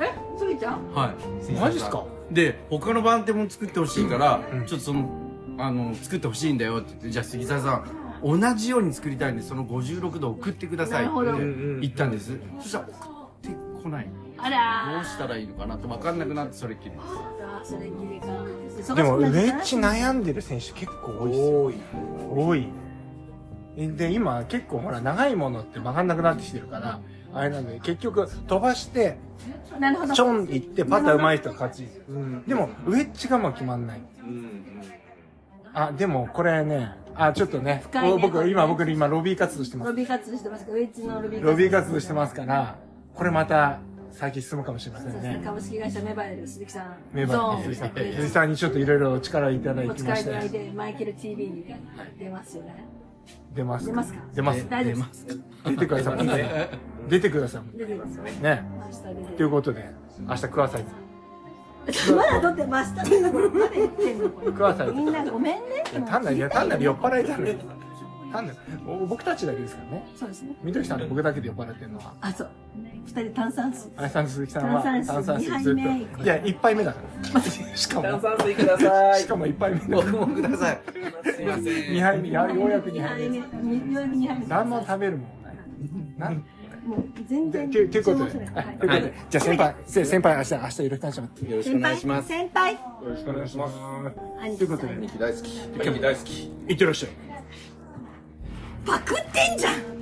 Speaker 1: えすぎちゃん
Speaker 3: はい。杉沢さん
Speaker 2: マジっすか
Speaker 3: で、他の番手も作ってほしいから、ちょっとその、あの、作ってほしいんだよって言って、じゃあ杉沢さん、同じように作りたいんで、その56度送ってくださいって
Speaker 1: なるほど
Speaker 3: 言ったんです。そしたら送ってこない。ど
Speaker 1: あら
Speaker 3: うしたらいいのかなって分かんなくなって、それっ きりです。
Speaker 1: あーそれきりか
Speaker 2: でも、ウ
Speaker 1: 忙しくなっ
Speaker 2: ェ
Speaker 1: ちゃう
Speaker 2: ッジ悩んでる選手結構多いですよ。
Speaker 4: 多い
Speaker 2: 多いで今結構ほら長いものって曲がんなくなってきてるからあれなんで結局飛ばして
Speaker 1: なるほど
Speaker 2: ちょん行ってパター上手い人が勝ちでもウェッジがもう決まんない
Speaker 4: うん
Speaker 2: あでもこれねあちょっとね
Speaker 1: 深いね
Speaker 2: お僕今僕今ロビー活動してま
Speaker 1: ロ
Speaker 2: す
Speaker 1: ビー活動してますけどウェッジのロビー活動
Speaker 2: ロビー活動してますからこれまた先進むかもしれませ
Speaker 1: そうんですね
Speaker 2: ね
Speaker 1: 株式会社メバエル鈴木さん
Speaker 2: メ
Speaker 1: ゾ
Speaker 2: バ
Speaker 1: ーン
Speaker 2: 鈴木さん
Speaker 1: ええ
Speaker 2: 鈴木さんにちょっといろいろお力いただ
Speaker 1: お
Speaker 2: きま
Speaker 1: 使い
Speaker 2: し
Speaker 1: いただい
Speaker 2: て
Speaker 1: てマイケル TV に出ますよね
Speaker 2: 出ます
Speaker 1: 出ますか
Speaker 2: 出ます
Speaker 1: 大丈夫
Speaker 3: 出ま
Speaker 1: ですす
Speaker 2: 出てください出てくださ
Speaker 1: 出てきますよ
Speaker 2: いね
Speaker 1: 明日出て
Speaker 2: ということで明日ください
Speaker 1: まだ撮ってました。まだ言ってんのこれ
Speaker 2: ください
Speaker 1: みんなごめんね。
Speaker 2: 単なるいや単なる酔っ払いだね単なるお僕たちだけですからね
Speaker 1: そうですね。
Speaker 2: みどきさんと僕だけで酔っ払ってるのは
Speaker 1: あ、そう。二人炭酸水。
Speaker 2: あやさんと鈴木さんは
Speaker 1: 炭酸水
Speaker 2: ずっ
Speaker 1: 二杯
Speaker 2: といや一杯目だからしか
Speaker 4: 炭
Speaker 2: も
Speaker 4: 酸水くださ
Speaker 2: し
Speaker 4: い
Speaker 2: かも一杯目だ
Speaker 3: 僕もください。すいません。
Speaker 2: 2杯目やようやく2
Speaker 1: 二
Speaker 2: 杯
Speaker 1: 杯
Speaker 2: 目
Speaker 1: 目。二ようやく二杯目。
Speaker 2: 何も食べるもんないなん
Speaker 1: もう全
Speaker 2: で
Speaker 1: 然。
Speaker 2: というということで
Speaker 1: 注文し
Speaker 2: は
Speaker 1: ないい
Speaker 2: ということでじゃあ先輩せ先輩明日明日よろしくお願いします
Speaker 3: よろしくお願いします。
Speaker 1: 先輩。
Speaker 2: よろしくお願いします
Speaker 1: 兄貴
Speaker 2: ということで
Speaker 4: ミキ大好きミキ大好き
Speaker 2: いってらっしゃい
Speaker 1: パクってんじゃん。